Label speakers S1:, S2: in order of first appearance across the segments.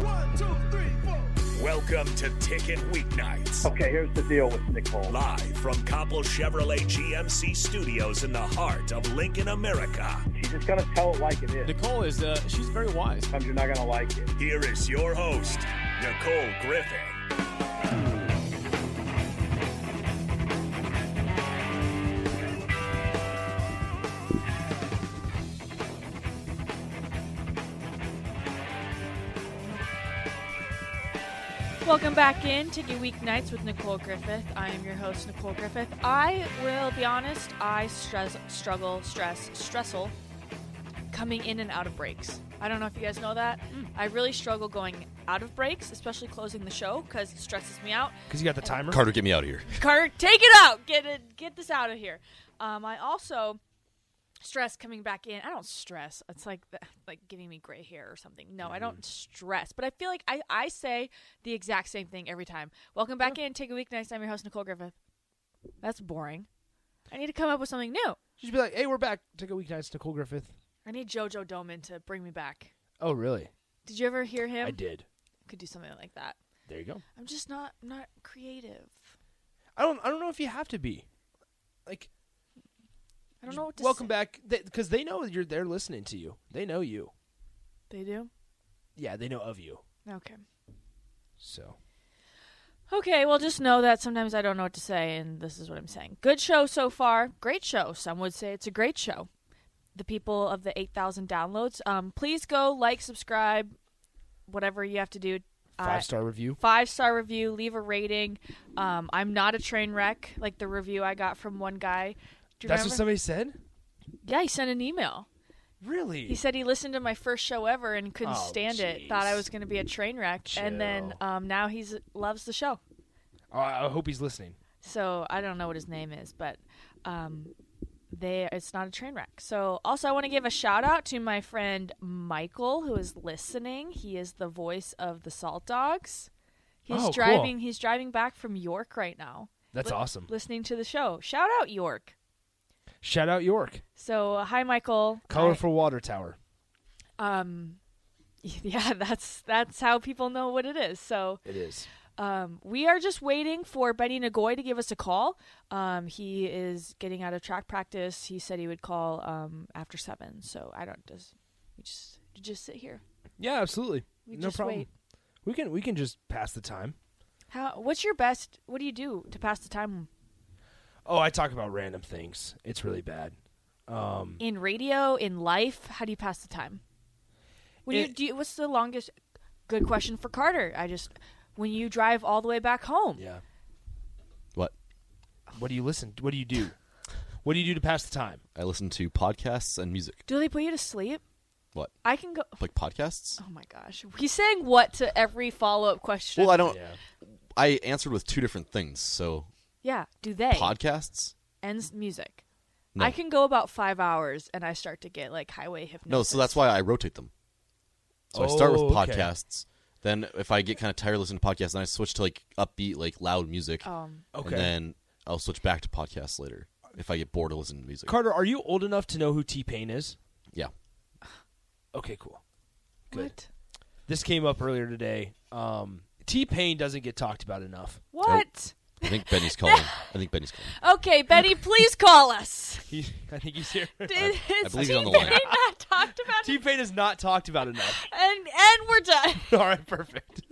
S1: One, two, three, four. Welcome to Ticket Weeknights.
S2: Okay, here's the deal with Nicole.
S1: Live from Copple Chevrolet GMC studios in the heart of Lincoln, America.
S2: She's just gonna tell it like it is.
S3: Nicole is uh, she's very wise.
S2: Sometimes you're not gonna like it.
S1: Here is your host, Nicole Griffin.
S4: Welcome back in Ticket Weeknights with Nicole Griffith. I am your host, Nicole Griffith. I will be honest, I stress, struggle, stress, stressful coming in and out of breaks. I don't know if you guys know that.
S3: Hmm.
S4: I really struggle going out of breaks, especially closing the show because it stresses me out.
S3: Because you got the timer.
S5: Carter, get me out of here.
S4: Carter, take it out. Get it. Get this out of here. Um, I also stress coming back in. I don't stress. It's like the, like giving me gray hair or something. No, I
S3: Mm-hmm.
S4: don't stress. But I feel like I, I say the exact same thing every time. Welcome back in. Take a week. Next time, your host Nicole Griffith. That's boring. I need to come up with something new.
S3: She'd be like, "Hey, we're back. Take a weeknight. It's Nicole Griffith."
S4: I need JoJo Doman to bring me back.
S3: Oh, really?
S4: Did you ever hear him?
S3: I did.
S4: Could do something like that.
S3: There you go.
S4: I'm just not I'm not creative.
S3: I don't. I don't know if you have to be. Like,
S4: I don't know what to
S3: welcome
S4: say.
S3: back, because they know you're. They're listening to you. They know you.
S4: They do.
S3: Yeah, they know of you.
S4: Okay.
S3: So
S4: Okay, well, just know that sometimes I don't know what to say, and this is what I'm saying. Good show so far. Great show. Some would say it's a great show. The people of the 8,000 downloads, um, please go like, subscribe, whatever you have to do. Uh,
S3: five star review.
S4: Five star review, leave a rating. Um, I'm not a train wreck, like the review I got from one guy. Do you
S3: That's what
S4: remember?
S3: somebody said.
S4: yeah, he sent an email.
S3: Really?
S4: He said he listened to my first show ever and couldn't
S3: Oh,
S4: stand it.
S3: jeez.
S4: Thought I was going to be a train wreck, and then
S3: Chill.
S4: um, now he's loves the show.
S3: oh, I I hope he's listening.
S4: So I don't know what his name is, but um, they it's not a train wreck. So also, I want to give a shout out to my friend Michael who is listening. He is the voice of the Salt Dogs. He's
S3: Oh, cool.
S4: driving. He's driving back from York right now.
S3: That's
S4: li-
S3: awesome.
S4: Listening to the show. Shout out York.
S3: Shout out York.
S4: So hi, Michael.
S3: Colorful water tower.
S4: I- um, yeah, that's that's how people know what it is. So
S3: It is.
S4: Um, we are just waiting for Benny Nagoy to give us a call. Um, he is getting out of track practice. He said he would call um, after seven. So I don't just we just just sit here.
S3: Yeah, absolutely.
S4: We
S3: no
S4: just
S3: problem.
S4: wait.
S3: We can we can just pass the time.
S4: How? What's your best? What do you do to pass the time
S3: Oh, I talk about random things. It's really bad. Um,
S4: in radio in life? How do you pass the time? What do you
S3: It-
S4: do? You, what's the longest? Good question for Carter. I just when you drive all the way back home.
S3: yeah.
S5: What?
S3: What do you listen? What do you do? What do you do to pass the time?
S5: I listen to podcasts and music.
S4: Do they put you to sleep?
S5: What?
S4: I can go.
S5: Like podcasts?
S4: Oh my gosh, he's saying what to every follow up question.
S5: Well, I don't. I answered with two different things. So
S4: Yeah, do they?
S5: podcasts?
S4: and s- music.
S5: Mm. No.
S4: I can go about five hours and I start to get like highway hypnosis.
S5: No. So that's why I rotate them. So I start with
S3: Oh, okay.
S5: podcasts. Then if I get kind of tired listening to podcasts, then I switch to like upbeat, like loud music.
S4: Um,
S3: Okay.
S5: And then I'll switch back to podcasts later if I get bored to listen to music.
S3: Carter, are you old enough to know who T Pain is?
S5: yeah.
S3: Okay, cool. Good.
S4: what?
S3: This came up earlier today. Um, T Pain doesn't get talked about enough.
S4: What?
S5: I think Benny's calling. I think Benny's calling.
S4: Okay, Betty, please call us.
S3: He, I think he's here.
S4: Did
S5: I
S4: is
S5: believe he's on the
S4: T-Pain
S5: line.
S4: not talked about?
S3: T Pain is not talked about enough.
S4: and and we're done.
S3: All right, perfect.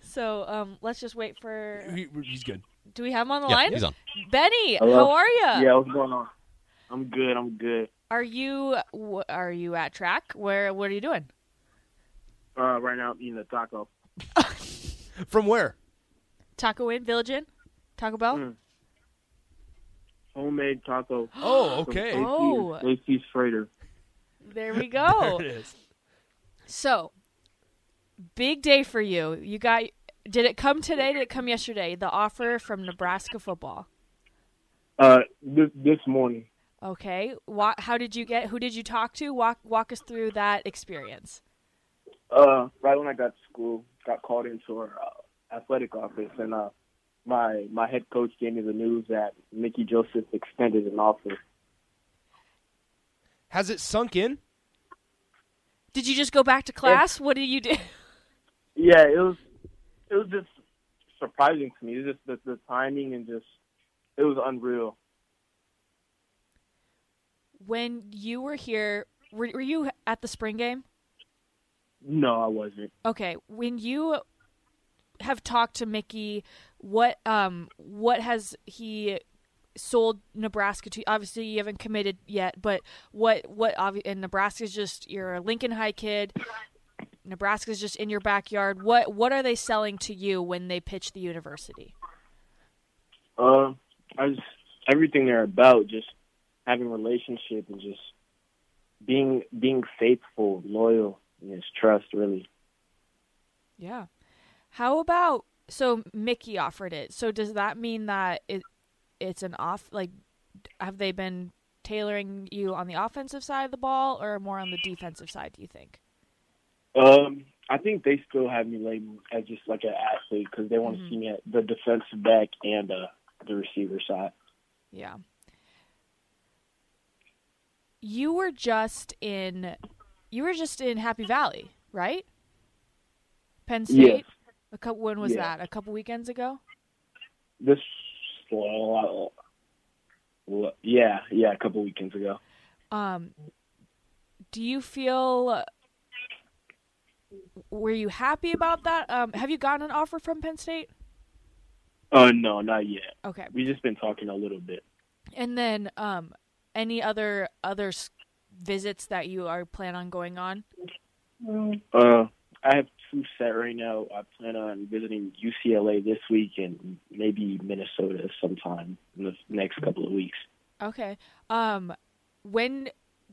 S4: So um, let's just wait for.
S3: He- he's good.
S4: Do we have him on the
S5: Yeah,
S4: line?
S5: he's on.
S4: Benny,
S6: Hello?
S4: how are you?
S6: Yeah, what's going on? I'm good. I'm good.
S4: Are you wh- are you at track? Where what are you doing?
S6: Uh, right now, I'm eating a taco.
S3: From where?
S4: Taco in Village Inn, Taco Bell.
S6: Mm. Homemade taco.
S3: Oh,
S6: from
S3: okay.
S6: AC
S4: Oh.
S6: AC Schrader.
S4: There we
S3: There
S4: go.
S3: it is.
S4: so big day for you. You got. Did it come today? Did it come yesterday? The offer from Nebraska football.
S6: Uh, this, this morning.
S4: Okay. Wha how did you get? Who did you talk to? Walk walk us through that experience.
S6: Uh, right when I got to school, got called into our uh, athletic office, and uh, my my head coach gave me the news that Mickey Joseph extended an offer.
S3: Has it sunk in?
S4: Did you just go back to class? What did you do?
S6: Yeah, it was it was just surprising to me. It was just the, the timing and just it was unreal.
S4: When you were here, were, were you at the spring game?
S6: No, I wasn't.
S4: Okay, when you have talked to Mickey, what um what has he sold Nebraska to? Obviously, you haven't committed yet, but what what obvi- and Nebraska's just you're a Lincoln High kid. Nebraska's just in your backyard. What what are they selling to you when they pitch the university?
S6: Uh, I just everything they're about, just having relationship and just being being faithful, loyal, and just trust. Really,
S4: Yeah. How about so Mickey offered it. So does that mean that it it's an off like have they been tailoring you on the offensive side of the ball or more on the defensive side, do you think?
S6: um, I think they still have me labeled as just like an athlete because they want to see me at the defensive back and uh, the receiver side.
S4: Yeah. You were just in you were just in Happy Valley, right? Penn State? A couple when was
S6: Yeah.
S4: that? A couple weekends ago?
S6: This, well, well, yeah, yeah, a couple weekends ago.
S4: um do you feel were you happy about that um have you gotten an offer from penn state
S6: Uh, no, not yet.
S4: okay
S6: We just been talking a little bit.
S4: and then um any other other s- visits that you are plan on going on
S6: Uh, I have two set right now. I plan on visiting UCLA this week and maybe Minnesota sometime in the next couple of weeks.
S4: okay um when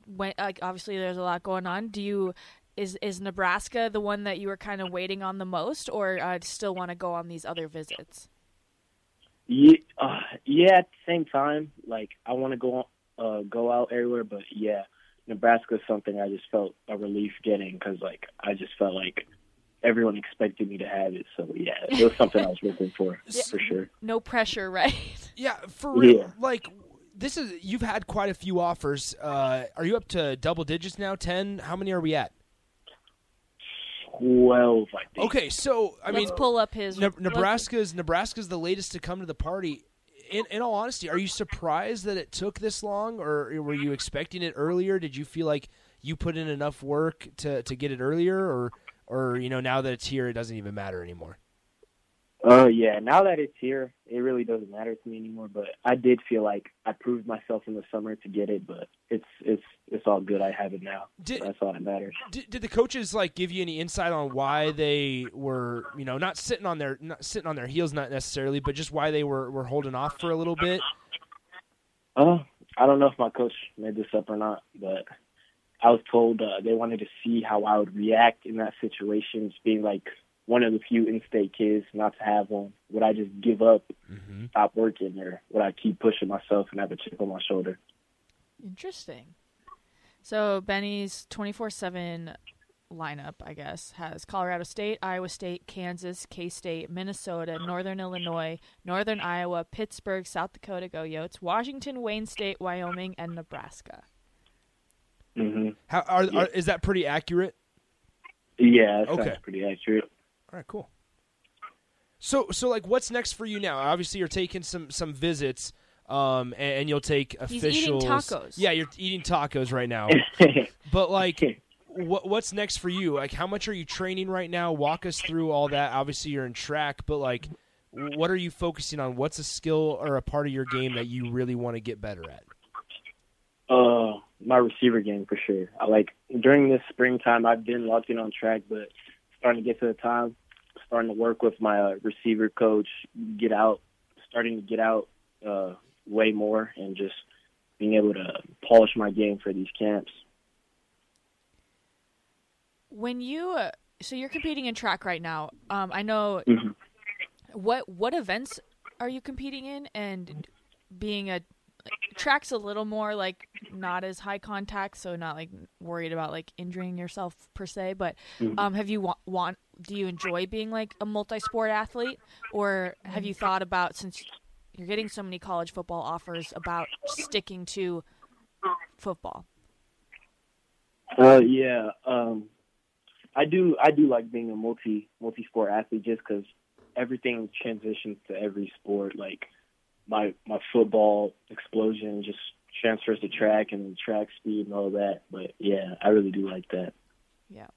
S4: when like obviously there's a lot going on do you is is nebraska the one that you were kind of waiting on the most or uh, still want to go on these other visits
S6: Yeah, uh, yeah. At the same time, like I want to go uh, go out everywhere, but yeah, Nebraska is something I just felt a relief getting because like I just felt like everyone expected me to have it. So yeah, it was something I was looking for for sure.
S4: no pressure right
S3: Yeah, for real.
S6: Yeah.
S3: Like this is you've had quite a few offers. Uh, are you up to double digits now? Ten? How many are we at?
S6: Twelve, I think.
S3: Okay, so I mean,
S4: let's pull up his
S3: Ne- Nebraska's Nebraska's the latest to come to the party. In, in all honesty, are you surprised that it took this long, or were you expecting it earlier? Did you feel like you put in enough work to, to get it earlier, or or you know now that it's here, it doesn't even matter anymore?
S6: Oh yeah, now that it's here, it really doesn't matter to me anymore. But I did feel like I proved myself in the summer to get it, but it's it's it's all good. I have it now.
S3: Did-
S6: That's all that matters.
S3: Did, did the coaches like give you any insight on why they were you know not sitting on their not sitting on their heels not necessarily, but just why they were were holding off for a little bit?
S6: Uh, I don't know if my coach made this up or not, but I was told uh, they wanted to see how I would react in that situation, just being like one of the few in-state kids not to have one. Would I just give up,
S3: Mm-hmm.
S6: stop working, or would I keep pushing myself and have a chip on my shoulder?
S4: Interesting. So Benny's 24/7 lineup, I guess, has Colorado State, Iowa State, Kansas, K-State, Minnesota, Northern Illinois, Northern Iowa, Pittsburgh, South Dakota, Go Yotes, Washington, Wayne State, Wyoming, and Nebraska.
S6: hmm
S3: How are, are is that pretty accurate?
S6: Yeah, that sounds
S3: Okay.
S6: pretty accurate.
S3: All right, cool. So so like what's next for you now? Obviously you're taking some some visits um and, and you'll take
S4: He's
S3: officials.
S4: eating tacos.
S3: Yeah, you're eating tacos right now. but like what what's next for you? Like how much are you training right now? Walk us through all that. Obviously you're in track, but like what are you focusing on? What's a skill or a part of your game that you really want to get better at?
S6: Uh, my receiver game for sure. I like during this springtime, I've been locked in on track, but starting to get to the time, starting to work with my uh, receiver coach, get out, starting to get out uh, way more, and just being able to polish my game for these camps.
S4: When you uh, so you're competing in track right now. Um, I know
S6: Mhm.
S4: what what events are you competing in, and being a track's a little more like not as high contact, so not like worried about like injuring yourself per se. But um, have you wa- want do you enjoy being like a multi sport athlete, or have you thought about since you're getting so many college football offers about sticking to football?
S6: Uh, yeah, um, I do. I do like being a multi multi sport athlete just because everything transitions to every sport. Like my my football explosion just transfers to track and track speed and all that. But yeah, I really do like that.
S4: Yeah.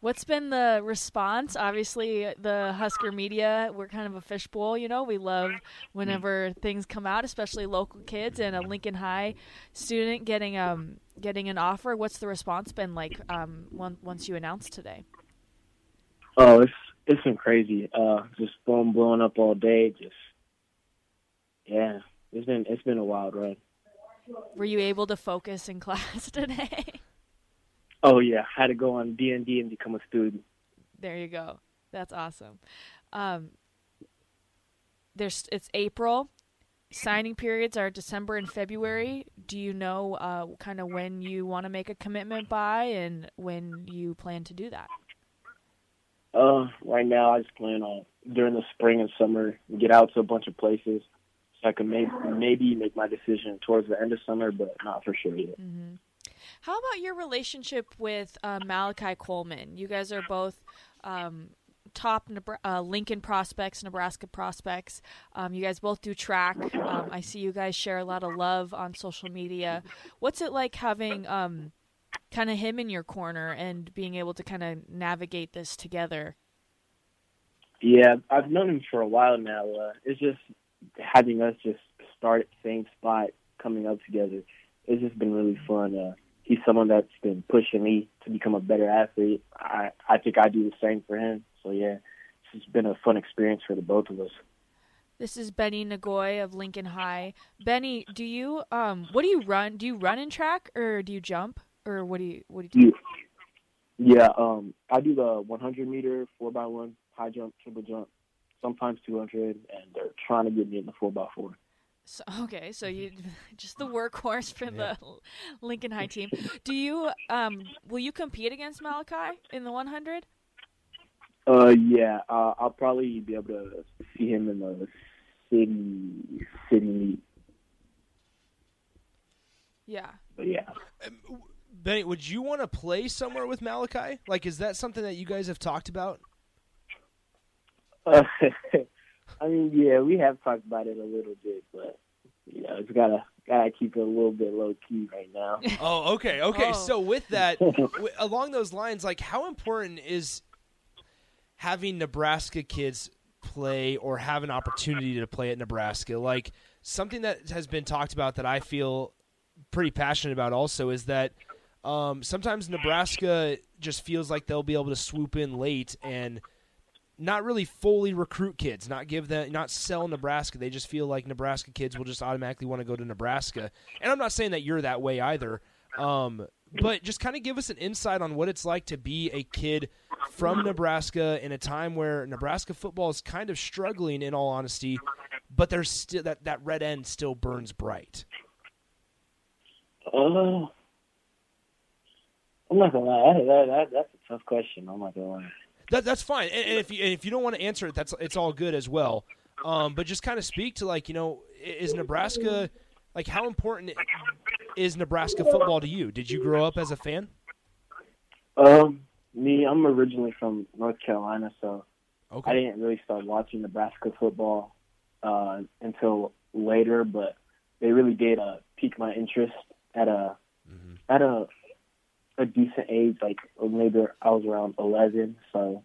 S4: What's been the response? Obviously, the Husker media, we're kind of a fishbowl, you know. We love whenever things come out, especially local kids and a Lincoln High student getting um getting an offer. What's the response been like um on- once you announced today?
S6: Oh, it's it's been crazy. Uh, just phone blowing up all day. Just yeah, it's been it's been a wild run.
S4: Were you able to focus in class today?
S6: Oh yeah, I had to go on D and D and become a student.
S4: There you go. That's awesome. Um, there's it's April. Signing periods are December and February. Do you know uh, kind of when you want to make a commitment by and when you plan to do that?
S6: Uh, right now I just plan on during the spring and summer get out to a bunch of places so I can maybe maybe make my decision towards the end of summer, but not for sure yet.
S4: How about your relationship with uh, Malachi Coleman? You guys are both um, top Nebra- uh, Lincoln prospects, Nebraska prospects. Um, you guys both do track. Um, I see you guys share a lot of love on social media. What's it like having um, kind of him in your corner and being able to kind of navigate this together?
S6: Yeah, I've known him for a while now. Uh, it's just having us just start at the same spot, coming up together. It's just been really fun. Uh, he's someone that's been pushing me to become a better athlete. I I think I do the same for him. So yeah, it's just been a fun experience for the both of us.
S4: This is Benny Nagoy of Lincoln High. Benny, do you um, what do you run? Do you run in track or do you jump or what do you what do you do?
S6: Yeah. Yeah, um, I do the 100 meter, 4x1, high jump, triple jump, sometimes 200, and they're trying to get me in the 4x4.
S4: So, okay, so you just the workhorse for the L- Lincoln High team. Do you um will you compete against Malachi in the 100?
S6: Uh, yeah, uh, I'll probably be able to see him in the city, city meet.
S4: Yeah.
S6: But yeah.
S3: Benny, would you want to play somewhere with Malachi? Like is that something that you guys have talked about?
S6: Uh, I mean, yeah, we have talked about it a little bit, but, you know, it's gotta, gotta keep it a little bit low key right now.
S3: Oh, okay, okay.
S4: Oh.
S3: So with that, w- along those lines, like how important is having Nebraska kids play or have an opportunity to play at Nebraska? Like something that has been talked about that I feel pretty passionate about also is that um, sometimes Nebraska just feels like they'll be able to swoop in late and not really fully recruit kids, not give them, not sell Nebraska. They just feel like Nebraska kids will just automatically want to go to Nebraska. And I'm not saying that you're that way either. Um, but just kind of give us an insight on what it's like to be a kid from Nebraska in a time where Nebraska football is kind of struggling, in all honesty. But there's still that that red end still burns bright.
S6: Uh, I'm not gonna lie, that, that, that, that's a tough question. I'm not gonna lie.
S3: That, that's fine. And, and if you, and if you don't want to answer it, that's it's all good as well. Um, but just kind of speak to like you know, i- is Nebraska like how important is Nebraska football to you? Did you grow up as a fan?
S6: Um, me, I'm originally from North Carolina, so
S3: Okay.
S6: I didn't really start watching Nebraska football uh, until later, but they really did uh, pique my interest at a at a a decent age, like maybe I was around eleven. So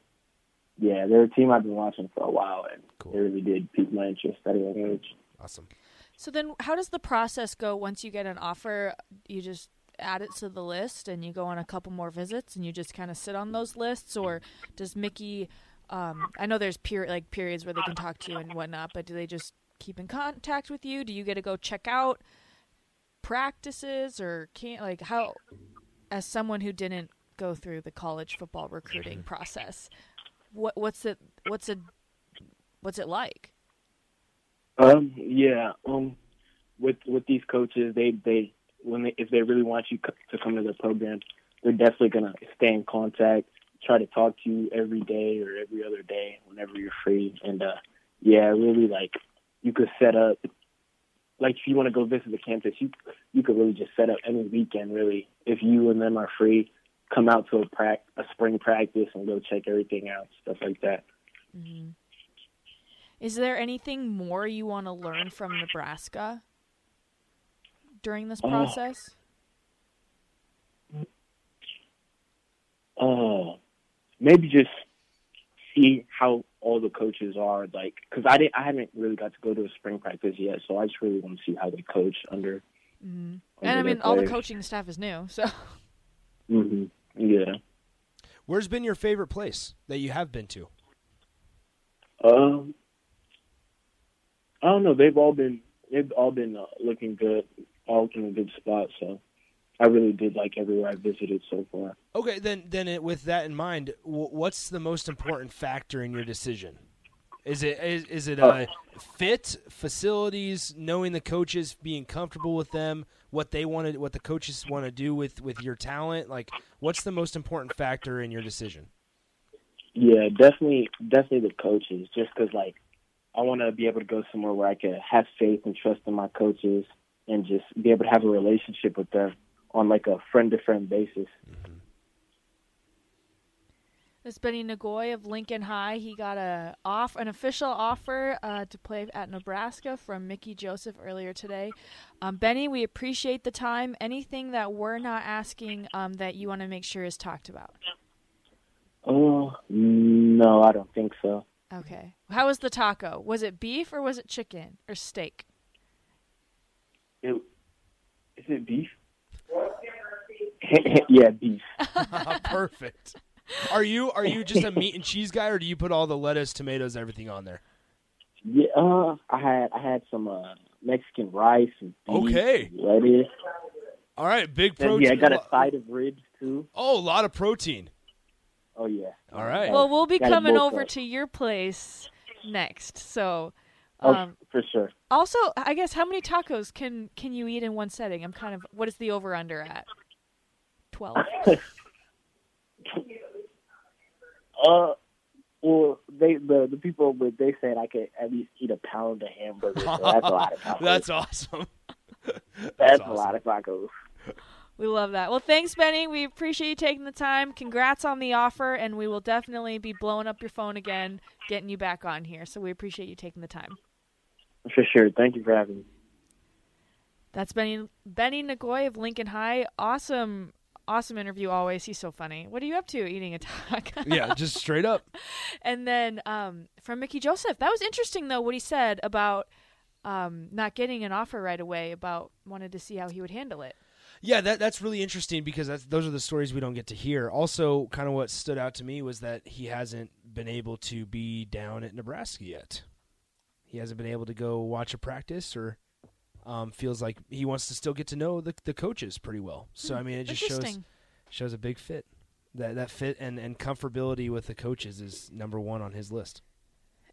S6: yeah, they're a team I've been watching for a while, and
S3: Cool.
S6: they really did pique my interest at a young age.
S3: Awesome.
S4: So then, how does the process go once you get an offer? You just add it to the list and you go on a couple more visits and you just kind of sit on those lists? Or does Mickey, um, I know there's peri- like periods where they can talk to you and whatnot, but do they just keep in contact with you? Do you get to go check out practices or can't, like, how, as someone who didn't go through the college football recruiting process, what, what's it, what's it, what's it like?
S6: Um, yeah. Um, with with these coaches, they they when they, if they really want you co- to come to their program, they're definitely gonna stay in contact, try to talk to you every day or every other day whenever you're free. And uh, yeah, really like you could set up like if you want to go visit the campus, you you could really just set up any weekend really if you and them are free. Come out to a prac a spring practice and go check everything out, stuff like that.
S4: Is there anything more you want to learn from Nebraska during this
S6: Oh.
S4: process?
S6: Oh, maybe just see how all the coaches are like because I didn't I haven't really got to go to a spring practice yet, so I just really want to see how they coach under.
S4: and I
S6: under their
S4: mean, all the
S6: players.
S4: coaching staff is new, so
S6: Mhm. Yeah.
S3: Where's been your favorite place that you have been to?
S6: Um, I don't know. They've all been they've all been uh, looking good, all in a good spot. So I really did like everywhere I visited so far.
S3: Okay, then then it, with that in mind, w- what's the most important factor in your decision? Is it is, is it uh, fit facilities, knowing the coaches, being comfortable with them, what they wanted, what the coaches want to do with with your talent? Like, what's the most important factor in your decision?
S6: Yeah, definitely, definitely the coaches. Just because, like, I want to be able to go somewhere where I could have faith and trust in my coaches, and just be able to have a relationship with them on like a friend to friend basis.
S4: this Benny Nagoy of Lincoln High, he got a off an official offer uh, to play at Nebraska from Mickey Joseph earlier today. Um, Benny, we appreciate the time. Anything that we're not asking um, that you want to make sure is talked about?
S6: Oh no, I don't think so.
S4: Okay. How was the taco? Was it beef or was it chicken or steak?
S6: It, is it beef? yeah, beef.
S3: Perfect. Are you are you just a meat and cheese guy, or do you put all the lettuce, tomatoes, everything on there?
S6: Yeah, uh, I had I had some uh, Mexican rice and
S5: Oh.
S6: beef
S3: Okay.
S6: and lettuce.
S3: All right, big
S6: Then,
S3: protein.
S6: yeah, I got a side of ribs too.
S3: Oh, a lot of protein.
S6: Oh yeah.
S3: All right.
S4: Well, we'll be
S6: Gotta
S4: coming
S6: bulk
S4: over
S6: up.
S4: to your place next. So,
S6: Oh,
S4: um,
S6: for sure.
S4: also, I guess how many tacos can can you eat in one setting? I'm kind of what is the over under at? Twelve.
S6: Uh, well, they the the people but they said I could at least eat a pound of hamburger. So that's a lot of tacos.
S3: That's awesome.
S6: That's
S3: awesome.
S6: a lot of tacos.
S4: We love that. Well, thanks, Benny. We appreciate you taking the time. Congrats on the offer, and we will definitely be blowing up your phone again, getting you back on here. So we appreciate you taking the time.
S6: For sure. Thank you for having me.
S4: That's Benny Benny Nagoy of Lincoln High. Awesome, awesome interview always. He's so funny. What are you up to eating a taco?
S3: Yeah, just straight up.
S4: And then um, from Mickey Joseph, that was interesting though what he said about um, not getting an offer right away. About wanted to see how he would handle it.
S3: Yeah, that that's really interesting because that's, those are the stories we don't get to hear. Also, kind of what stood out to me was that he hasn't been able to be down at Nebraska yet. He hasn't been able to go watch a practice or um, feels like he wants to still get to know the, the coaches pretty well. So I mean, it just shows
S4: Hmm, Interesting.
S3: shows a big fit. That that fit and and comfortability with the coaches is number one on his list.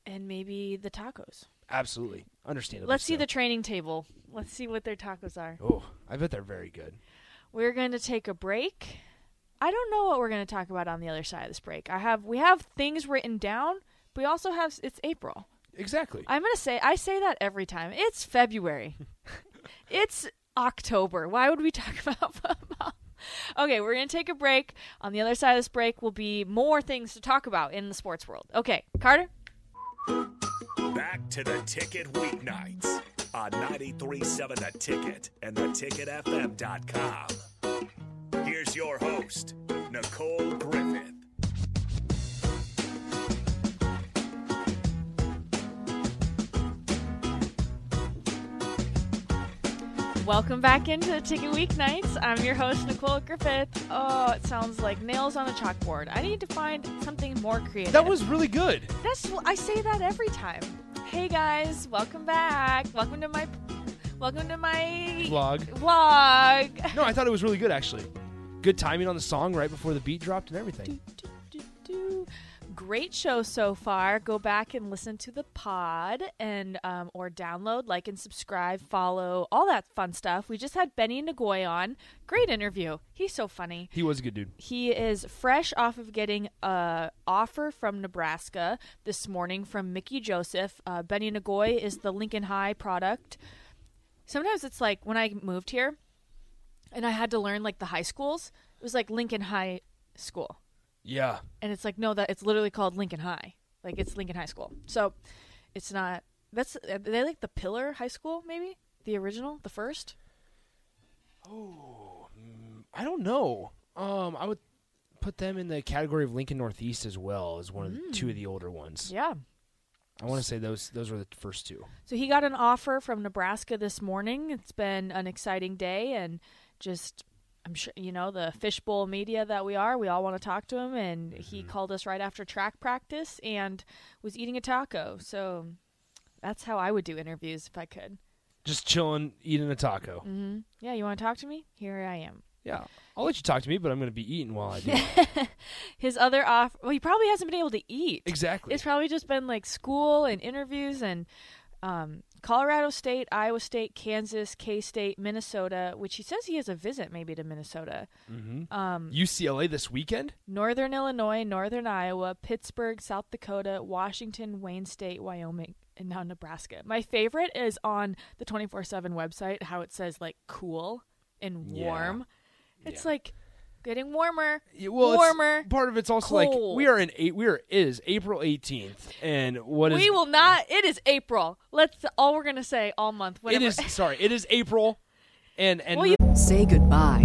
S4: And maybe the tacos.
S3: Absolutely understandable.
S4: Let's see
S3: so.
S4: the training table. Let's see what their tacos are.
S3: Oh, I bet they're very good.
S4: We're going to take a break. I don't know what we're going to talk about on the other side of this break. I have we have things written down. but We also have it's April.
S3: Exactly.
S4: I'm gonna say I say that every time. It's February. it's October. Why would we talk about football? Okay, we're going to take a break. On the other side of this break will be more things to talk about in the sports world. Okay, Carter?
S1: Back to the ticket weeknights on 937 The Ticket and theticketfm.com. Here's your host, Nicole Griffith.
S4: Welcome back into the Ticket Weeknights. I'm your host, Nicole Griffith. Oh, it sounds like nails on a chalkboard. I need to find something more creative.
S3: That was really good.
S4: That's I say that every time. Hey guys, welcome back. Welcome to my welcome to my
S3: Vlog.
S4: Vlog.
S3: No, I thought it was really good actually. Good timing on the song right before the beat dropped and everything.
S4: Do, do, do. Great show so far. Go back and listen to the pod and um, or download, like and subscribe, follow, all that fun stuff. We just had Benny Nagoy on. Great interview. He's so funny.
S3: He was a good dude.
S4: He is fresh off of getting a offer from Nebraska this morning from Mickey Joseph. Uh, Benny Nagoy is the Lincoln High product. Sometimes it's like when I moved here, and I had to learn like the high schools. It was like Lincoln High School
S3: Yeah.
S4: and it's like no that it's literally called lincoln high like it's lincoln high school so it's not that's are they like the pillar high school maybe the original the first
S3: I don't know. Um, I would put them in the category of Lincoln Northeast as well as one of the, two of the older ones.
S4: yeah
S3: I want to say those those were the first two.
S4: so he got an offer from nebraska this morning it's been an exciting day and just i'm sure you know the fishbowl media that we are we all want to talk to him and he called us right after track practice and was eating a taco so that's how i would do interviews if i could
S3: Just chilling, eating a taco.
S4: Mm. yeah you want to talk to me here i am
S3: Yeah, I'll let you talk to me, but I'm going to be eating while I do.
S4: his other off well he probably hasn't been able to eat
S3: exactly.
S4: it's probably just been like school and interviews and um, colorado state iowa state kansas k-state minnesota which he says he has a visit maybe to minnesota
S3: UCLA this weekend.
S4: northern illinois northern iowa pittsburgh south dakota washington wayne state wyoming and now nebraska my favorite is on the 24-7 website how it says like cool and
S3: Yeah.
S4: warm it's like getting warmer
S3: Yeah, well, it's-
S4: warmer
S3: part of it's also
S4: cold.
S3: like we are in eight. We are it is April 18th, and what is
S4: we will not. It is April. Let's all we're gonna say all month.
S3: it
S4: Whatever.
S3: is? Sorry, it is April, and and
S4: Well, you-
S7: Say goodbye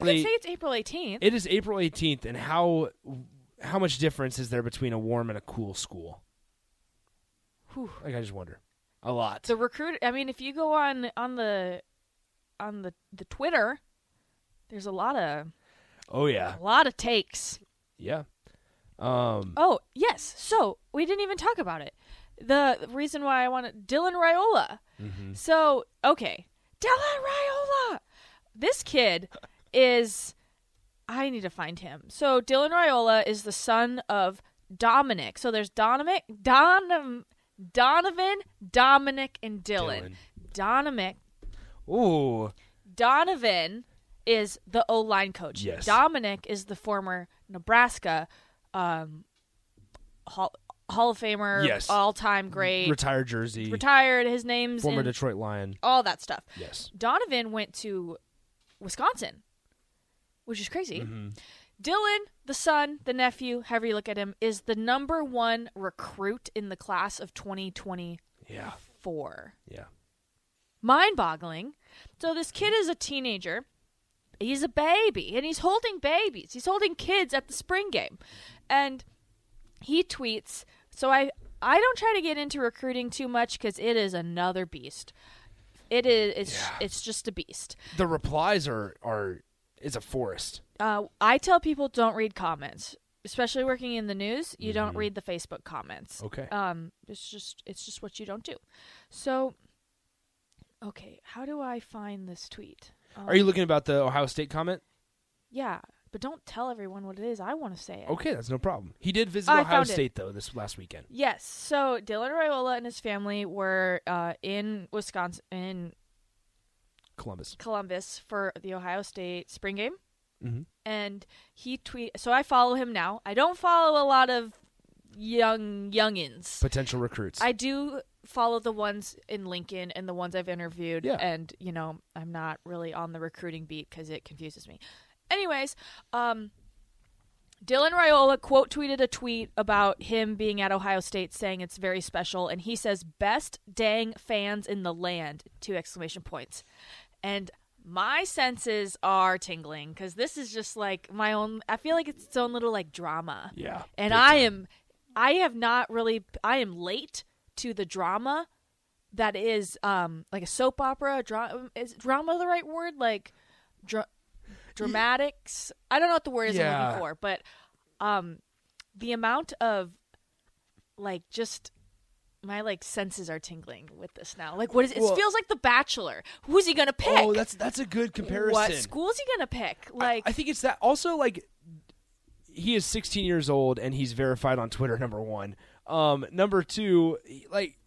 S4: They
S3: they-
S4: say it's April 18th.
S3: it is April 18th, and how how much difference is there between a warm and a cool school? Like I just wonder. A lot.
S4: the recruit. I mean, if you go on on the on the the Twitter, there's a lot of
S3: Oh yeah,
S4: a lot of takes.
S3: yeah. Um,
S4: Oh yes. So we didn't even talk about it. The reason why I wanted Dylan Raiola. So okay, Dylan Raiola. This kid is. I need to find him. So Dylan Raiola is the son of Dominic. So there's Dominic, Don, Donovan, Dominic, and Dylan. Dominic,
S3: ooh,
S4: Donovan is the O line coach.
S3: Yes.
S4: Dominic is the former Nebraska um, Hall, Hall of Famer,
S3: Yes.
S4: all time great,
S3: retired jersey,
S4: retired. His name's
S3: former
S4: in
S3: Detroit Lion.
S4: all that stuff.
S3: Yes.
S4: Donovan went to Wisconsin, which is crazy.
S3: Mm-hmm.
S4: Dylan, the son, the nephew, however you look at him, is the number one recruit in the class of 2024
S3: Yeah. Yeah.
S4: mind boggling. So this kid is a teenager he's a baby and he's holding babies. He's holding kids at the spring game. And he tweets, so I I don't try to get into recruiting too much cuz it is another beast. It is it's it's just a beast.
S3: The replies are are is a forest.
S4: Uh, I tell people don't read comments, especially working in the news. You don't read the Facebook comments.
S3: Mm-hmm. Okay.
S4: Um, it's just it's just what you don't do. So, okay, how do I find this tweet? Um,
S3: Are you looking about the Ohio State comment?
S4: Yeah, but don't tell everyone what it is. I want to say it.
S3: Okay, that's no problem. He did visit
S4: Oh, I
S3: Ohio
S4: found it.
S3: State though this last weekend.
S4: Yes. So Dylan Royola and his family were uh, in Wisconsin, in
S3: Columbus.
S4: Columbus for the Ohio State spring game,
S3: Mhm.
S4: and he tweet. So I follow him now. I don't follow a lot of young youngins.
S3: Potential recruits.
S4: I do follow the ones in Lincoln and the ones I've interviewed,
S3: Yeah.
S4: and you know I'm not really on the recruiting beat because it confuses me. Anyways, um, Dylan Raiola quote tweeted a tweet about him being at Ohio State, saying it's very special, and he says "best dang fans in the land!" Two exclamation points, and my senses are tingling because this is just like my own. I feel like it's its own little like drama
S3: yeah.
S4: and I am I have not really I am late to the drama that is um like a soap opera a dra- um, is drama the right word like dra- dramatics I don't know what the word is I'm
S3: Yeah.
S4: looking for but um the amount of like just my like senses are tingling with this now like what is it
S3: Well-
S4: feels like the bachelor who's he gonna pick
S3: Oh, that's that's a good comparison.
S4: what school is he gonna pick like
S3: I, I think it's that. Also, like he is 16 years old and he's verified on Twitter. Number one. Um, number two, he- like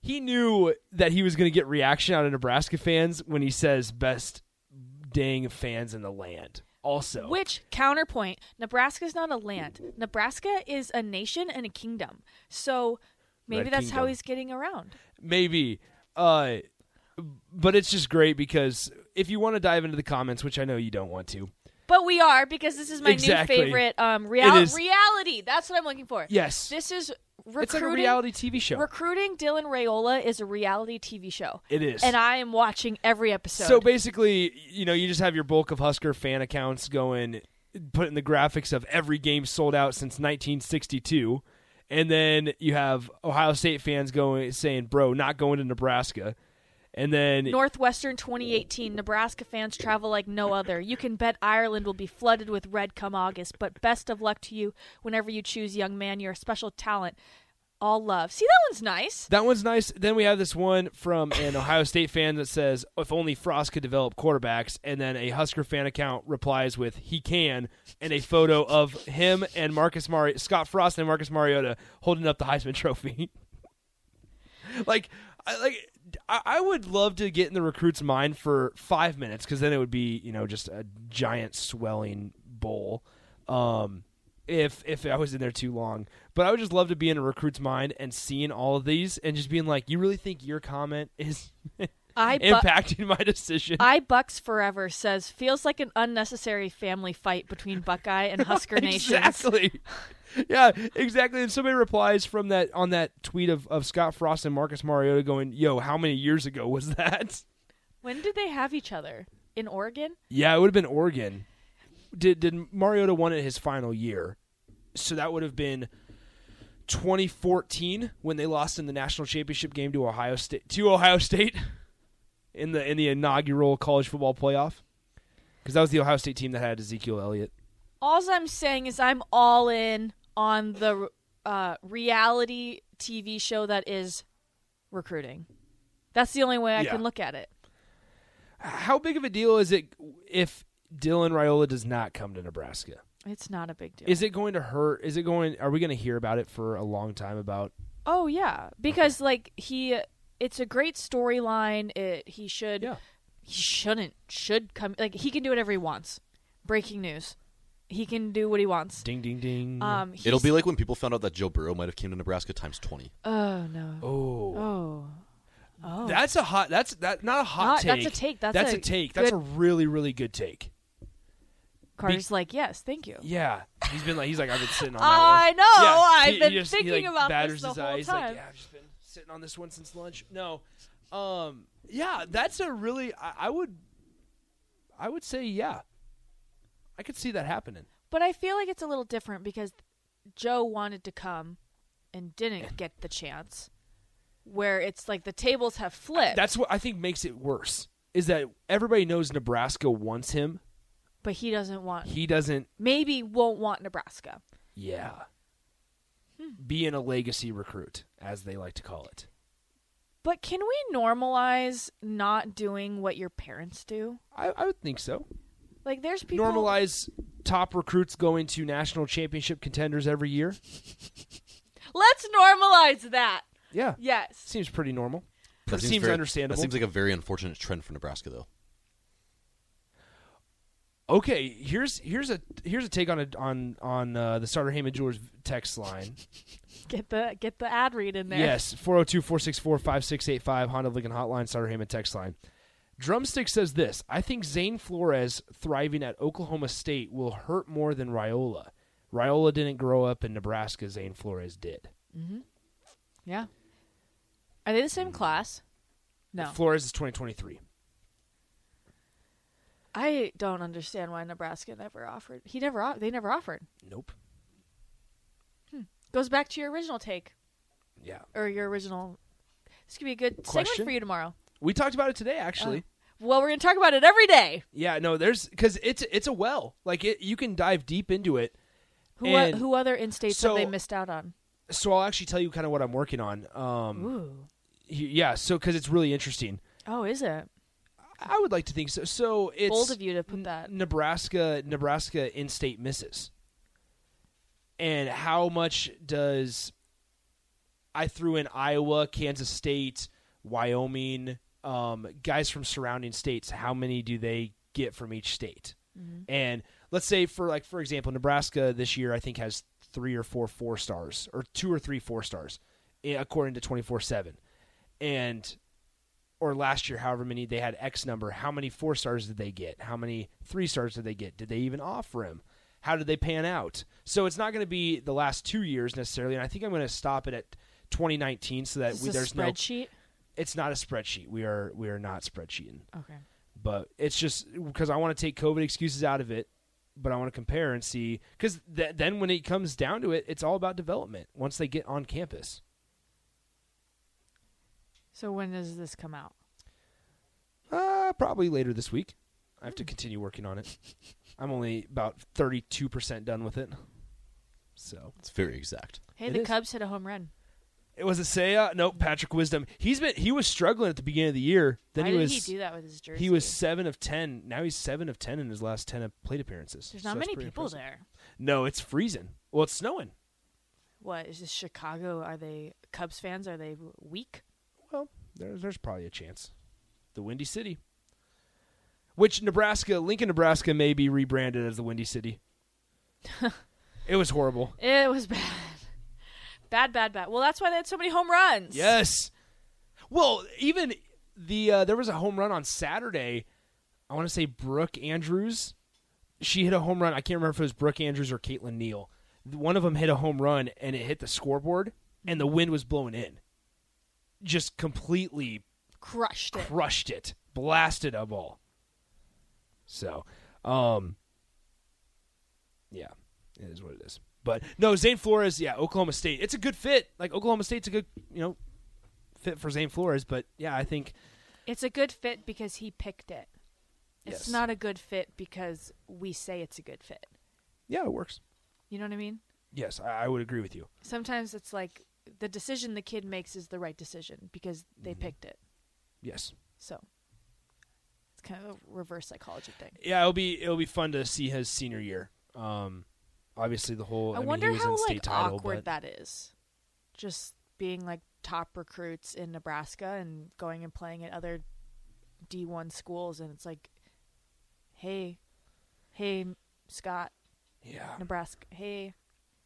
S3: he knew that he was going to get reaction out of Nebraska fans when he says "best dang fans in the land." Also,
S4: Which counterpoint? Nebraska's not a land. Nebraska is a nation and a kingdom. So maybe
S3: Red
S4: that's how
S3: Kingdom.
S4: he's getting around.
S3: maybe. Uh, but it's just great because if you want to dive into the comments, which I know you don't want to,
S4: But we are because this is my
S3: Exactly.
S4: new favorite um real-
S3: is-
S4: reality. That's what I'm looking for.
S3: Yes.
S4: This is recruiting
S3: it's like a reality TV show.
S4: Recruiting Dylan Rayola is a reality TV show.
S3: It is.
S4: And I am watching every episode.
S3: So basically, you know, you just have your bulk of Husker fan accounts going, putting the graphics of every game sold out since 1962, and then you have Ohio State fans going saying, "Bro, not going to Nebraska," and then
S4: Northwestern 2018, Nebraska fans travel like no other. You can bet Ireland will be flooded with red come August, but best of luck to you whenever you choose, young man. You're a special talent. All love. See, that one's nice.
S3: That one's nice. Then we have this one from an Ohio State fan that says, "If only Frost could develop quarterbacks." And then a Husker fan account replies with, "He can," and a photo of him and Marcus Mari- Scott Frost and Marcus Mariota holding up the Heisman Trophy. like, I, like I, I would love to get in the recruit's mind for five minutes because then it would be you know just a giant swelling bowl. Um, if if I was in there too long. But I would just love to be in a recruit's mind and seeing all of these and just being like, you really think your comment is
S4: I bu-
S3: impacting my decision?
S4: I Bucks Forever says feels like an unnecessary family fight between Buckeye and Husker Nation.
S3: exactly. yeah, exactly. And somebody replies from that on that tweet of, of Scott Frost and Marcus Mariota going, "Yo, how many years ago was that?"
S4: When did they have each other? In Oregon?
S3: Yeah, it would have been Oregon. Did did Mariota won it his final year, so that would have been 2014 when they lost in the national championship game to Ohio State to Ohio State in the in the inaugural college football playoff because that was the Ohio State team that had Ezekiel Elliott.
S4: All I'm saying is I'm all in on the uh, reality TV show that is recruiting. That's the only way I
S3: Yeah.
S4: can look at it.
S3: How big of a deal is it if Dylan Raiola does not come to Nebraska?
S4: It's not a big deal.
S3: Is it going to hurt? Is it going? Are we going to hear about it for a long time? About
S4: oh yeah, because like he, it's a great storyline. It he should
S3: Yeah.
S4: he shouldn't should come like he can do whatever he wants. Breaking news, he can do what he wants.
S3: ding ding ding.
S4: Um, he's-
S5: It'll be like when people found out that Joe Burrow might have came to Nebraska times twenty.
S4: oh no,
S3: oh.
S4: oh oh.
S3: That's a hot. That's that not a hot
S4: Not-
S3: take.
S4: that's a take, that's
S3: that's a,
S4: a
S3: take. That's a
S4: good-
S3: really really good take.
S4: Carter's like yes, thank you.
S3: Yeah, he's been like he's like I've been sitting on. That
S4: I
S3: one.
S4: know,
S3: Yeah,
S4: I've
S3: he-
S4: been
S3: he just- he,
S4: thinking
S3: like,
S4: about this
S3: batters
S4: the
S3: his
S4: whole
S3: eye. He's
S4: time.
S3: Like, yeah, I've just been sitting on this one since lunch. No, um, yeah, that's a really. I, I would. I would say yeah. I could see that happening.
S4: But I feel like it's a little different because Joe wanted to come and didn't get the chance. Where it's like the tables have flipped,
S3: That's what I think makes it worse is that everybody knows Nebraska wants him.
S4: but he doesn't want.
S3: He doesn't.
S4: maybe won't want Nebraska.
S3: Yeah.
S4: Hmm.
S3: Being a legacy recruit, as they like to call it.
S4: But can we normalize not doing what your parents do?
S3: I, I would think so.
S4: Like there's people
S3: Normalize top recruits going to national championship contenders every year.
S4: Let's normalize that.
S3: Yeah.
S4: Yes.
S3: Seems pretty normal.
S5: That
S3: seems
S5: very-
S3: understandable.
S5: That seems like a very unfortunate trend for Nebraska, though.
S3: Okay, here's here's a here's a take on a, on on uh, the starter Heyman Jewelers text line.
S4: Get the get the ad read in there.
S3: Yes, 402-464-5685 Honda of Lincoln Hotline Starter Heyman text line. Drumstick says this, I think Zane Flores thriving at Oklahoma State will hurt more than Riola. Riola didn't grow up in Nebraska, Zane Flores did.
S4: Yeah. Are they the same class? No.
S3: Flores is 2023.
S4: I don't understand why Nebraska never offered. He never o- they never offered.
S3: Nope.
S4: Goes back to your original take
S3: Yeah.
S4: or your original This could be a good
S3: Question?
S4: segment for you tomorrow.
S3: We talked about it today actually.
S4: Oh. Well, we're going to talk about it every day.
S3: Yeah, no, there's cuz it's it's a well. Like it you can dive deep into it.
S4: Who
S3: And-
S4: who other in-states
S3: so-
S4: have they missed out on?
S3: So I'll actually tell you kind of what I'm working on. Um
S4: Ooh.
S3: he- yeah, so cuz it's really interesting.
S4: Oh, is it?
S3: Uh, I would like to think so. So it's
S4: Bold of you to put
S3: N-
S4: that.
S3: Nebraska Nebraska in-state misses. And how much does I threw in Iowa, Kansas State, Wyoming, um, guys from surrounding states, how many do they get from each state?
S4: Mm-hmm.
S3: And let's say for like for example, Nebraska this year I think has 3 or 4 four stars or 2 or 3 four stars eh, according to 24/7. And or last year, however many they had X number, how many four stars did they get? How many three stars did they get? Did they even offer him? How did they pan out? So it's not going to be the last two years necessarily, and I think I'm going to stop it at 2019 so that
S4: Is
S3: we,
S4: this a
S3: there's no.
S4: spreadsheet.
S3: It's not a spreadsheet. We are we are not spreadsheeting,
S4: Okay.
S3: but it's just because I want to take COVID excuses out of it, but I want to compare and see because th- then when it comes down to it, it's all about development. Once they get on campus,
S4: So when does this come out?
S3: Uh, probably later this week. I have to continue working on it. I'm only about 32% done with it. So
S5: It's very exact.
S4: Hey,
S3: It
S4: the
S3: is.
S4: Cubs hit a home run.
S3: it was a say, uh, no, Patrick Wisdom. He's been, he was struggling at the beginning of the year. Then
S4: Why
S3: he
S4: did
S3: was,
S4: he do that with his jersey?
S3: he was seven of 10. Now he's seven of 10 in his last 10 of plate appearances.
S4: There's not
S3: So that's
S4: many
S3: pretty
S4: people
S3: impressive.
S4: there.
S3: No, it's freezing. Well, it's snowing.
S4: What is this Chicago? Are they Cubs fans? Are they weak?
S3: Well, there, there's probably a chance. The Windy City. Which Nebraska, Lincoln, Nebraska may be rebranded as the Windy City. it was horrible.
S4: It was bad, bad, bad, bad. Well, that's why they had so many home runs.
S3: Yes. Well, even the uh, there was a home run on Saturday. I want to say Brooke Andrews. She hit a home run. I can't remember if it was Brooke Andrews or Caitlin Neal. One of them hit a home run and it hit the scoreboard, and the wind was blowing in. Just completely
S4: crushed it.
S3: crushed it, blasted a ball. So, um, yeah, it is what it is. But no, Zane Flores, yeah, Oklahoma State. It's a good fit. Like Oklahoma State's a good, you know, fit for Zane Flores. But yeah, I think
S4: It's a good fit because he picked it. It's
S3: Yes.
S4: not a good fit because we say it's a good fit.
S3: yeah, it works.
S4: You know what I mean?
S3: Yes, I, I would agree with you.
S4: Sometimes it's like the decision the kid makes is the right decision because
S3: Mm-hmm.
S4: they picked it.
S3: Yes,
S4: So it's kind of a reverse psychology thing.
S3: yeah, it'll be it'll be fun to see his senior year. Um, obviously the whole. I,
S4: I,
S3: mean,
S4: wonder
S3: he was
S4: how
S3: in state
S4: like
S3: title,
S4: awkward
S3: but-
S4: that is. Just being like top recruits in Nebraska and going and playing at other D1 schools and it's like hey hey Scott
S3: Yeah.
S4: Nebraska hey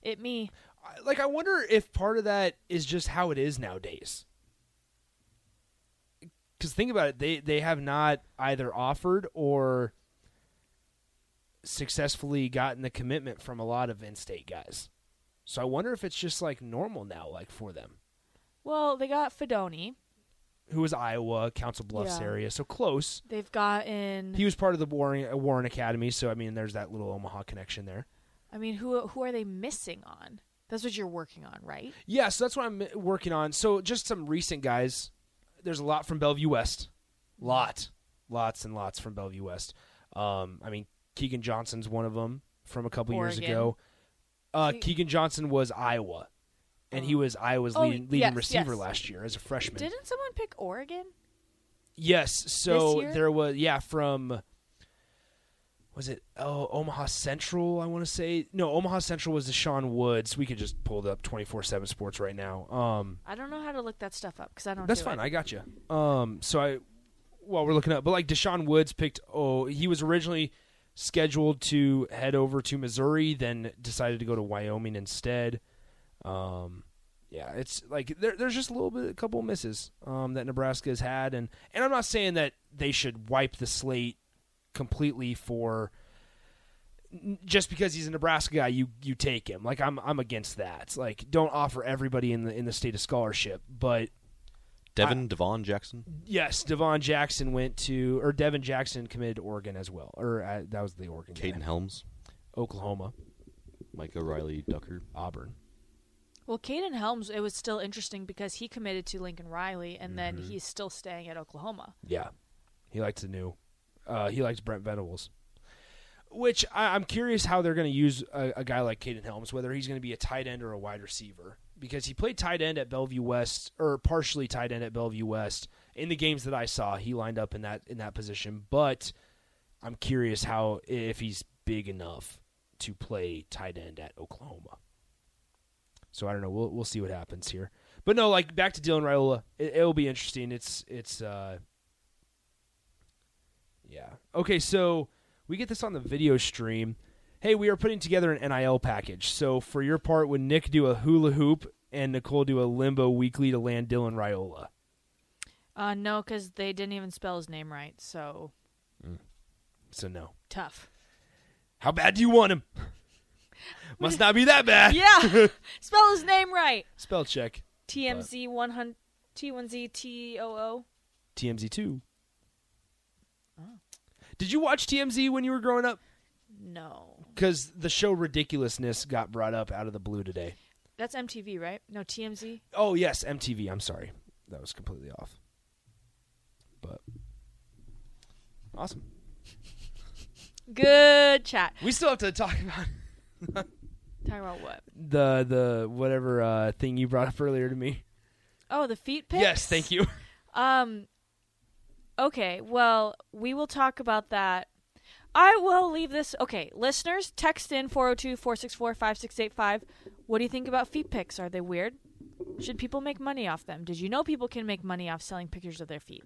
S4: it me
S3: I- like I wonder if part of that is just how it is nowadays. Because think about it, they they have not either offered or successfully gotten the commitment from a lot of in-state guys. So I wonder if it's just like normal now, like for them.
S4: well they got Fedoni
S3: who was Iowa, Council Bluffs
S4: Yeah.
S3: area, so close.
S4: They've gotten.
S3: He was part of the Warren, uh, Warren Academy, so I mean, there's that little Omaha connection there.
S4: I mean, who who are they missing on? That's what you're working on, right?
S3: Yeah, so that's what I'm working on. So just some recent guys. There's a lot from Bellevue West, lot, lots and lots from Bellevue West. Um, I mean, Keegan Johnson's one of them from a couple years
S4: Oregon.
S3: ago. Uh,
S4: Ke-
S3: Keegan Johnson was Iowa, and he was Iowa's
S4: Oh,
S3: leading, leading
S4: yes,
S3: receiver
S4: yes.
S3: last year as a freshman.
S4: Didn't someone pick Oregon?
S3: Yes. So
S4: year?
S3: there was yeah from was it oh Omaha Central I want to say no Omaha Central was the Sean Woods we could just pull it up twenty four seven Sports right now um
S4: I don't know how to look that stuff up because I don't.
S3: that's
S4: do
S3: fine
S4: It.
S3: I got you um so I while we're looking up but like Deshaun Woods picked oh he was originally scheduled to head over to Missouri then decided to go to Wyoming instead um yeah, it's like there, there's just a little bit, a couple misses um, that Nebraska has had, and and I'm not saying that they should wipe the slate completely for n- just because he's a Nebraska guy, you you take him. Like I'm I'm against that. It's like don't offer everybody in the in the state a scholarship, but
S5: Devin Devon Jackson.
S3: yes, Devon Jackson went to or Devin Jackson committed to Oregon as well, or uh, that was the Oregon, guy.
S5: Caden Helms.
S3: Oklahoma,
S5: Mike O'Reilly Ducker.
S3: Auburn.
S4: Well, Caden Helms, it was still interesting because he committed to Lincoln Riley, and then
S3: Mm-hmm.
S4: he's still staying at Oklahoma.
S3: Yeah, he likes the new. Uh, he likes Brent Venables, which I, I'm curious how they're going to use a, a guy like Caden Helms, whether he's going to be a tight end or a wide receiver, because he played tight end at Bellevue West or partially tight end at Bellevue West. In the games that I saw, he lined up in that in that position, but I'm curious how if he's big enough to play tight end at Oklahoma. So I don't know. We'll we'll see what happens here. But no, like back to Dylan Raiola, it, it'll be interesting. It's it's uh, yeah. Okay, so we get this on the video stream. Hey, we are putting together an NIL package. So for your part, would Nick do a hula hoop and Nicole do a limbo weekly to land Dylan Raiola?
S4: Uh, no, because they didn't even spell his name right, so
S3: So no.
S4: tough.
S3: How bad do you want him? Must not be that bad.
S4: Yeah, spell his name right.
S3: Spell check.
S4: TMZ one hundred T one Z T O O.
S3: TMZ two. Did you watch TMZ when you were growing up?
S4: No,
S3: Because the show Ridiculousness got brought up out of the blue today.
S4: that's MTV, right? No TMZ.
S3: Oh yes, MTV. I'm sorry, that was completely off. But awesome.
S4: Good chat.
S3: We still have to talk about
S4: Talking about what?
S3: the the whatever uh, thing you brought up earlier to me.
S4: Oh, the feet pics.
S3: Yes, thank you.
S4: Um. Okay. Well, we will talk about that. I will leave this. Okay, listeners, text in 402 464 5685. What do you think about feet pics? Are they weird? Should people make money off them? Did you know people can make money off selling pictures of their feet?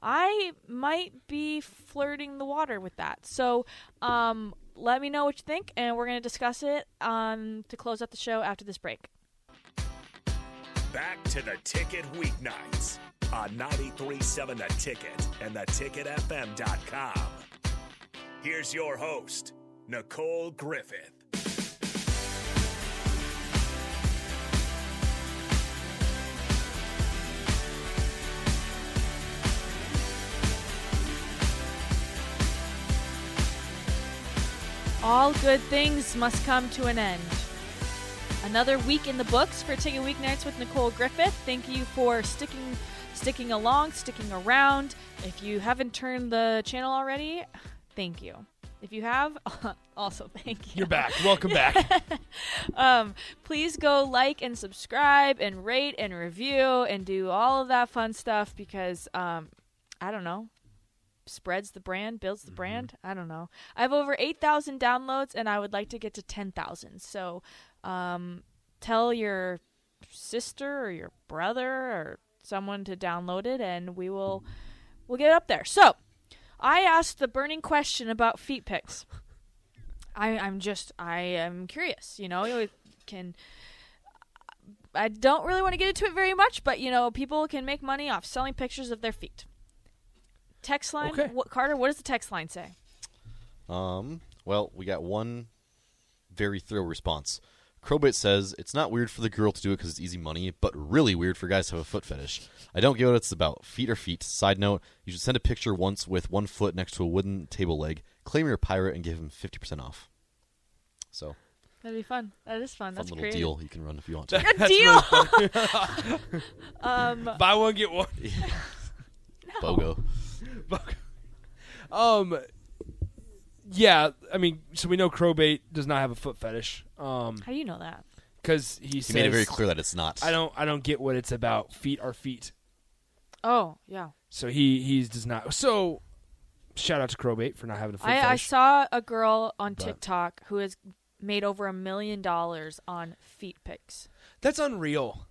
S4: I might be flirting the water with that. So um, let me know what you think, and we're going to discuss it um, to close out the show after this break.
S1: Back to the ticket weeknights on 937 The Ticket and theticketfm.com. Here's your host, Nicole Griffith.
S4: All good things must come to an end. Another week in the books for Ticket Weeknights with Nicole Griffith. Thank you for sticking sticking along, sticking around. If you haven't turned the channel already, thank you. If you have, also thank you.
S3: You're back. Welcome back.
S4: Um, please go like and subscribe and rate and review and do all of that fun stuff because um, I don't know, spreads the brand, builds the brand. I don't know. I have over eight thousand downloads and I would like to get to ten thousand. So, um, tell your sister or your brother or someone to download it and we will we'll get it up there. So, I asked the burning question about feet pics. I, I'm just I am curious. You know, it can. I don't really want to get into it very much, but you know, people can make money off selling pictures of their feet. Text line,
S3: Okay.
S4: what, Carter? What does the text line say?
S5: Um, well, we got one very thorough response. Crowbait says it's not weird for the girl to do it because it's easy money, but really weird for guys to have a foot fetish. I don't get what it's about. Feet are feet. Side note: you should send a picture once with one foot next to a wooden table leg. Claim you're a pirate and give him fifty percent off. So
S4: That'd be fun. That is fun.
S5: fun
S4: That's
S5: little
S4: creative.
S5: deal you can run if you want to.
S4: A deal. um,
S3: Buy one get one.
S5: Bogo.
S3: Um, yeah, I mean, so we know Crowbait does not have a foot fetish. Um,
S4: how do you know that?
S3: because he, says
S5: He made it very clear that it's not.
S3: I don't, I don't get what it's about. Feet are feet.
S4: Oh yeah,
S3: So he, he does not. So, shout out to Crowbait for not having a foot
S4: I, I
S3: fetish.
S4: saw a girl on TikTok who has made over a million dollars on feet pics.
S3: That's unreal.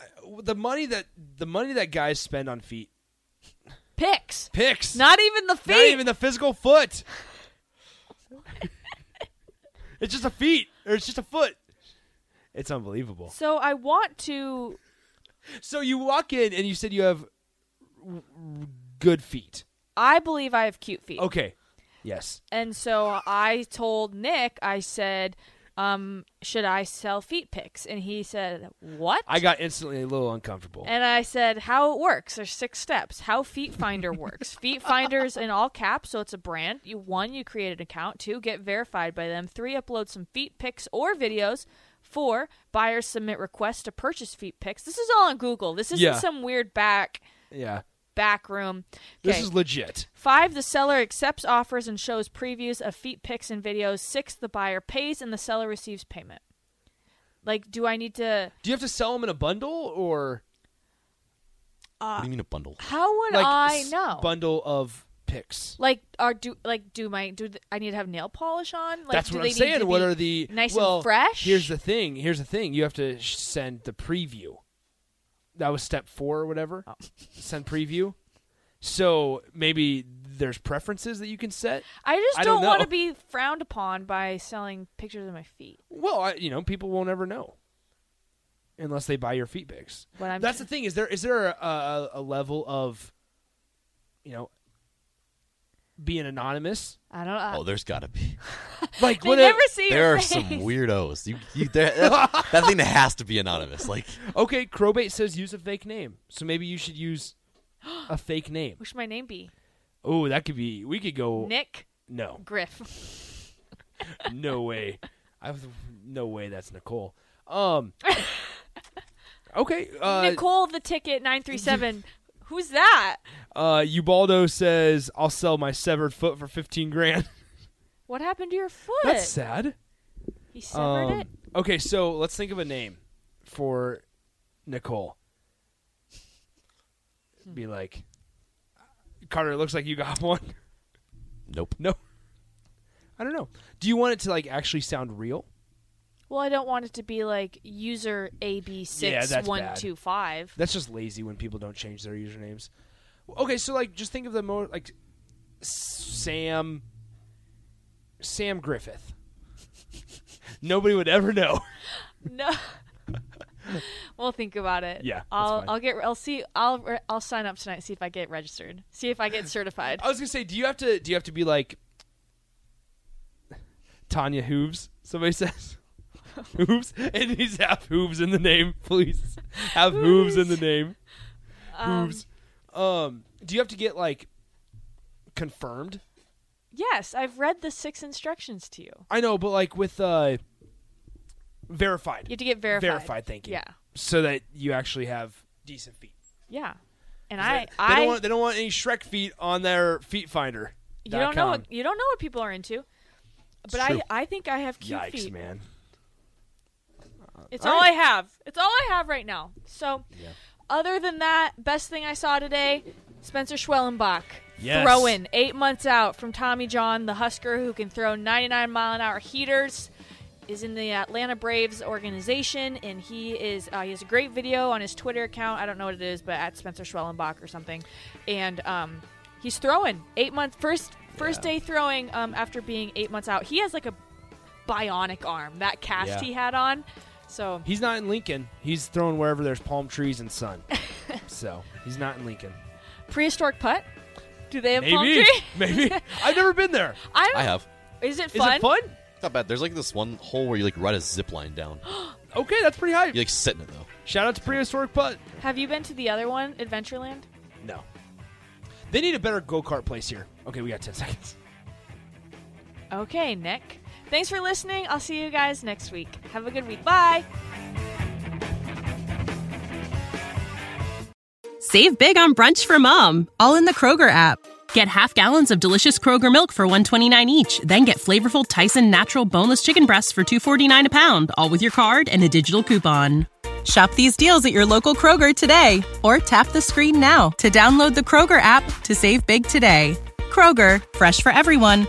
S3: I- The money that the money that guys spend on feet
S4: Pics,
S3: picks,
S4: not even the feet.
S3: not even the physical foot. it's just a feet, or it's just a foot. It's unbelievable.
S4: so I want to.
S3: So you walk in and you said you have w- w- good feet.
S4: I believe I have cute feet.
S3: Okay. Yes.
S4: And so I told Nick, I said, um, should I sell feet pics? And he said, what?
S3: I got instantly a little uncomfortable.
S4: and I said, how it works. There's six steps. How Feet Finder works. Feet Finder's in all caps, so it's a brand. You one, you create an account. Two, get verified by them. Three, upload some feet pics or videos. Four, buyers submit requests to purchase feet pics. This is all on Google. This isn't
S3: Yeah.
S4: some weird back
S3: Yeah.
S4: back room.
S3: This
S4: Okay.
S3: is legit.
S4: Five, the seller accepts offers and shows previews of feet pics and videos. Six, the buyer pays and the seller receives payment. Like, do I need to?
S3: Do you have to sell them in a bundle or
S4: Ah.
S5: what do you mean a bundle?
S4: How would
S3: like
S4: I
S3: s-
S4: know?
S3: bundle of picks?
S4: like, are do like do my do th- I need to have nail polish on? Like,
S3: That's
S4: do
S3: what
S4: they
S3: I'm
S4: need
S3: saying.
S4: to
S3: What
S4: be
S3: are the
S4: nice
S3: well,
S4: and fresh?
S3: Here's the thing. Here's the thing. You have to sh- send the preview. That was step four or whatever.
S4: Oh.
S3: Send preview. So maybe there's preferences that you can set.
S4: I just
S3: I
S4: don't,
S3: don't
S4: want to
S3: know.
S4: be frowned upon by selling pictures of my feet.
S3: Well, I, you know, people won't ever know unless they buy your feet pics.
S4: What I'm
S3: That's the thing. Is there is there a, a, a level of, you know, being anonymous?
S4: I don't. I,
S5: Oh, there's gotta be.
S3: Like
S4: they
S3: what?
S4: never
S3: if-
S4: see
S5: There
S4: Ah. your
S5: are
S4: face.
S5: some weirdos. You, you there, that, that thing has to be anonymous. Like
S3: okay, Crowbait says use a fake name, so maybe you should use a fake name.
S4: What should my name be?
S3: Oh, that could be. We could go.
S4: Nick
S3: No,
S4: Griff.
S3: no way. I was no way. That's Nicole. Um. Okay. Uh,
S4: Nicole the ticket nine three seven. Who's that?
S3: uh, Ubaldo says I'll sell my severed foot for fifteen grand.
S4: What happened to your foot?
S3: That's sad.
S4: He severed
S3: Um,
S4: it.
S3: Okay, so let's think of a name for Nicole.
S4: Hmm.
S3: Be like, Carter. It looks like you got one.
S5: nope.
S3: No, I don't know. Do you want it to like actually sound real?
S4: Well, I don't want it to be like user AB
S3: Yeah,
S4: six
S3: that's
S4: one
S3: bad.
S4: two five.
S3: That's just lazy when people don't change their usernames. Okay, so like, just think of the more like Sam, Sam Griffith. Nobody would ever know.
S4: No. we'll think about it.
S3: Yeah, that's
S4: I'll
S3: fine.
S4: I'll get I'll see I'll re- I'll sign up tonight. See if I get registered. See if I get certified.
S3: I was gonna say, do you have to? Do you have to be like Tanya Hooves? Somebody says Hooves. It needs to have Hooves in the name, please. Have Hooves in the name. Hooves. Um, do you have to get like confirmed?
S4: Yes, I've read the six instructions to you.
S3: I know, but like with uh, verified.
S4: You have to get verified.
S3: Verified, thank you.
S4: Yeah,
S3: so that you actually have decent feet.
S4: yeah. And
S3: 'Cause
S4: I
S3: they, they
S4: I
S3: don't want, they don't want any Shrek feet on their feet finder.
S4: you don't know
S3: com.
S4: what you don't know what people are into. But
S3: true.
S4: I I think I have cute
S3: Yikes,
S4: feet.
S3: man.
S4: It's
S3: All
S4: all
S3: right.
S4: I have. It's all I have right now. So, other than that, best thing I saw today, Spencer Schwellenbach.
S3: Yes.
S4: Throwing eight months out from Tommy John, the Husker who can throw 99 mile an hour heaters, is in the Atlanta Braves organization, and he is uh, he has a great video on his Twitter account. I don't know what it is, but at Spencer Schwellenbach or something, and um, he's throwing eight months first first day throwing um, after being eight months out. He has like a bionic arm that cast
S3: Yeah.
S4: he had on. So
S3: He's not in Lincoln. He's thrown wherever there's palm trees and sun. so he's not in Lincoln.
S4: prehistoric putt? Do they have palm
S3: Maybe.
S4: tree?
S3: Maybe. I've never been there.
S4: I, don't,
S5: I have.
S4: Is it
S3: Is
S4: fun?
S3: it fun?
S5: not bad. There's like this one hole where you like ride a zip line down.
S3: Okay, that's pretty hype.
S5: You like sit in it though.
S3: Shout out to Prehistoric Putt.
S4: Have you been to the other one, Adventureland?
S3: No. They need a better go kart place here. Okay, we got 10 seconds.
S4: Okay, Nick. Thanks for listening. I'll see you guys next week. Have a good week. Bye.
S8: Save big on brunch for mom, all in the Kroger app. Get half gallons of delicious Kroger milk for 129 each, then get flavorful Tyson natural boneless chicken breasts for 249 a pound, all with your card and a digital coupon. Shop these deals at your local Kroger today or tap the screen now to download the Kroger app to save big today. Kroger, fresh for everyone.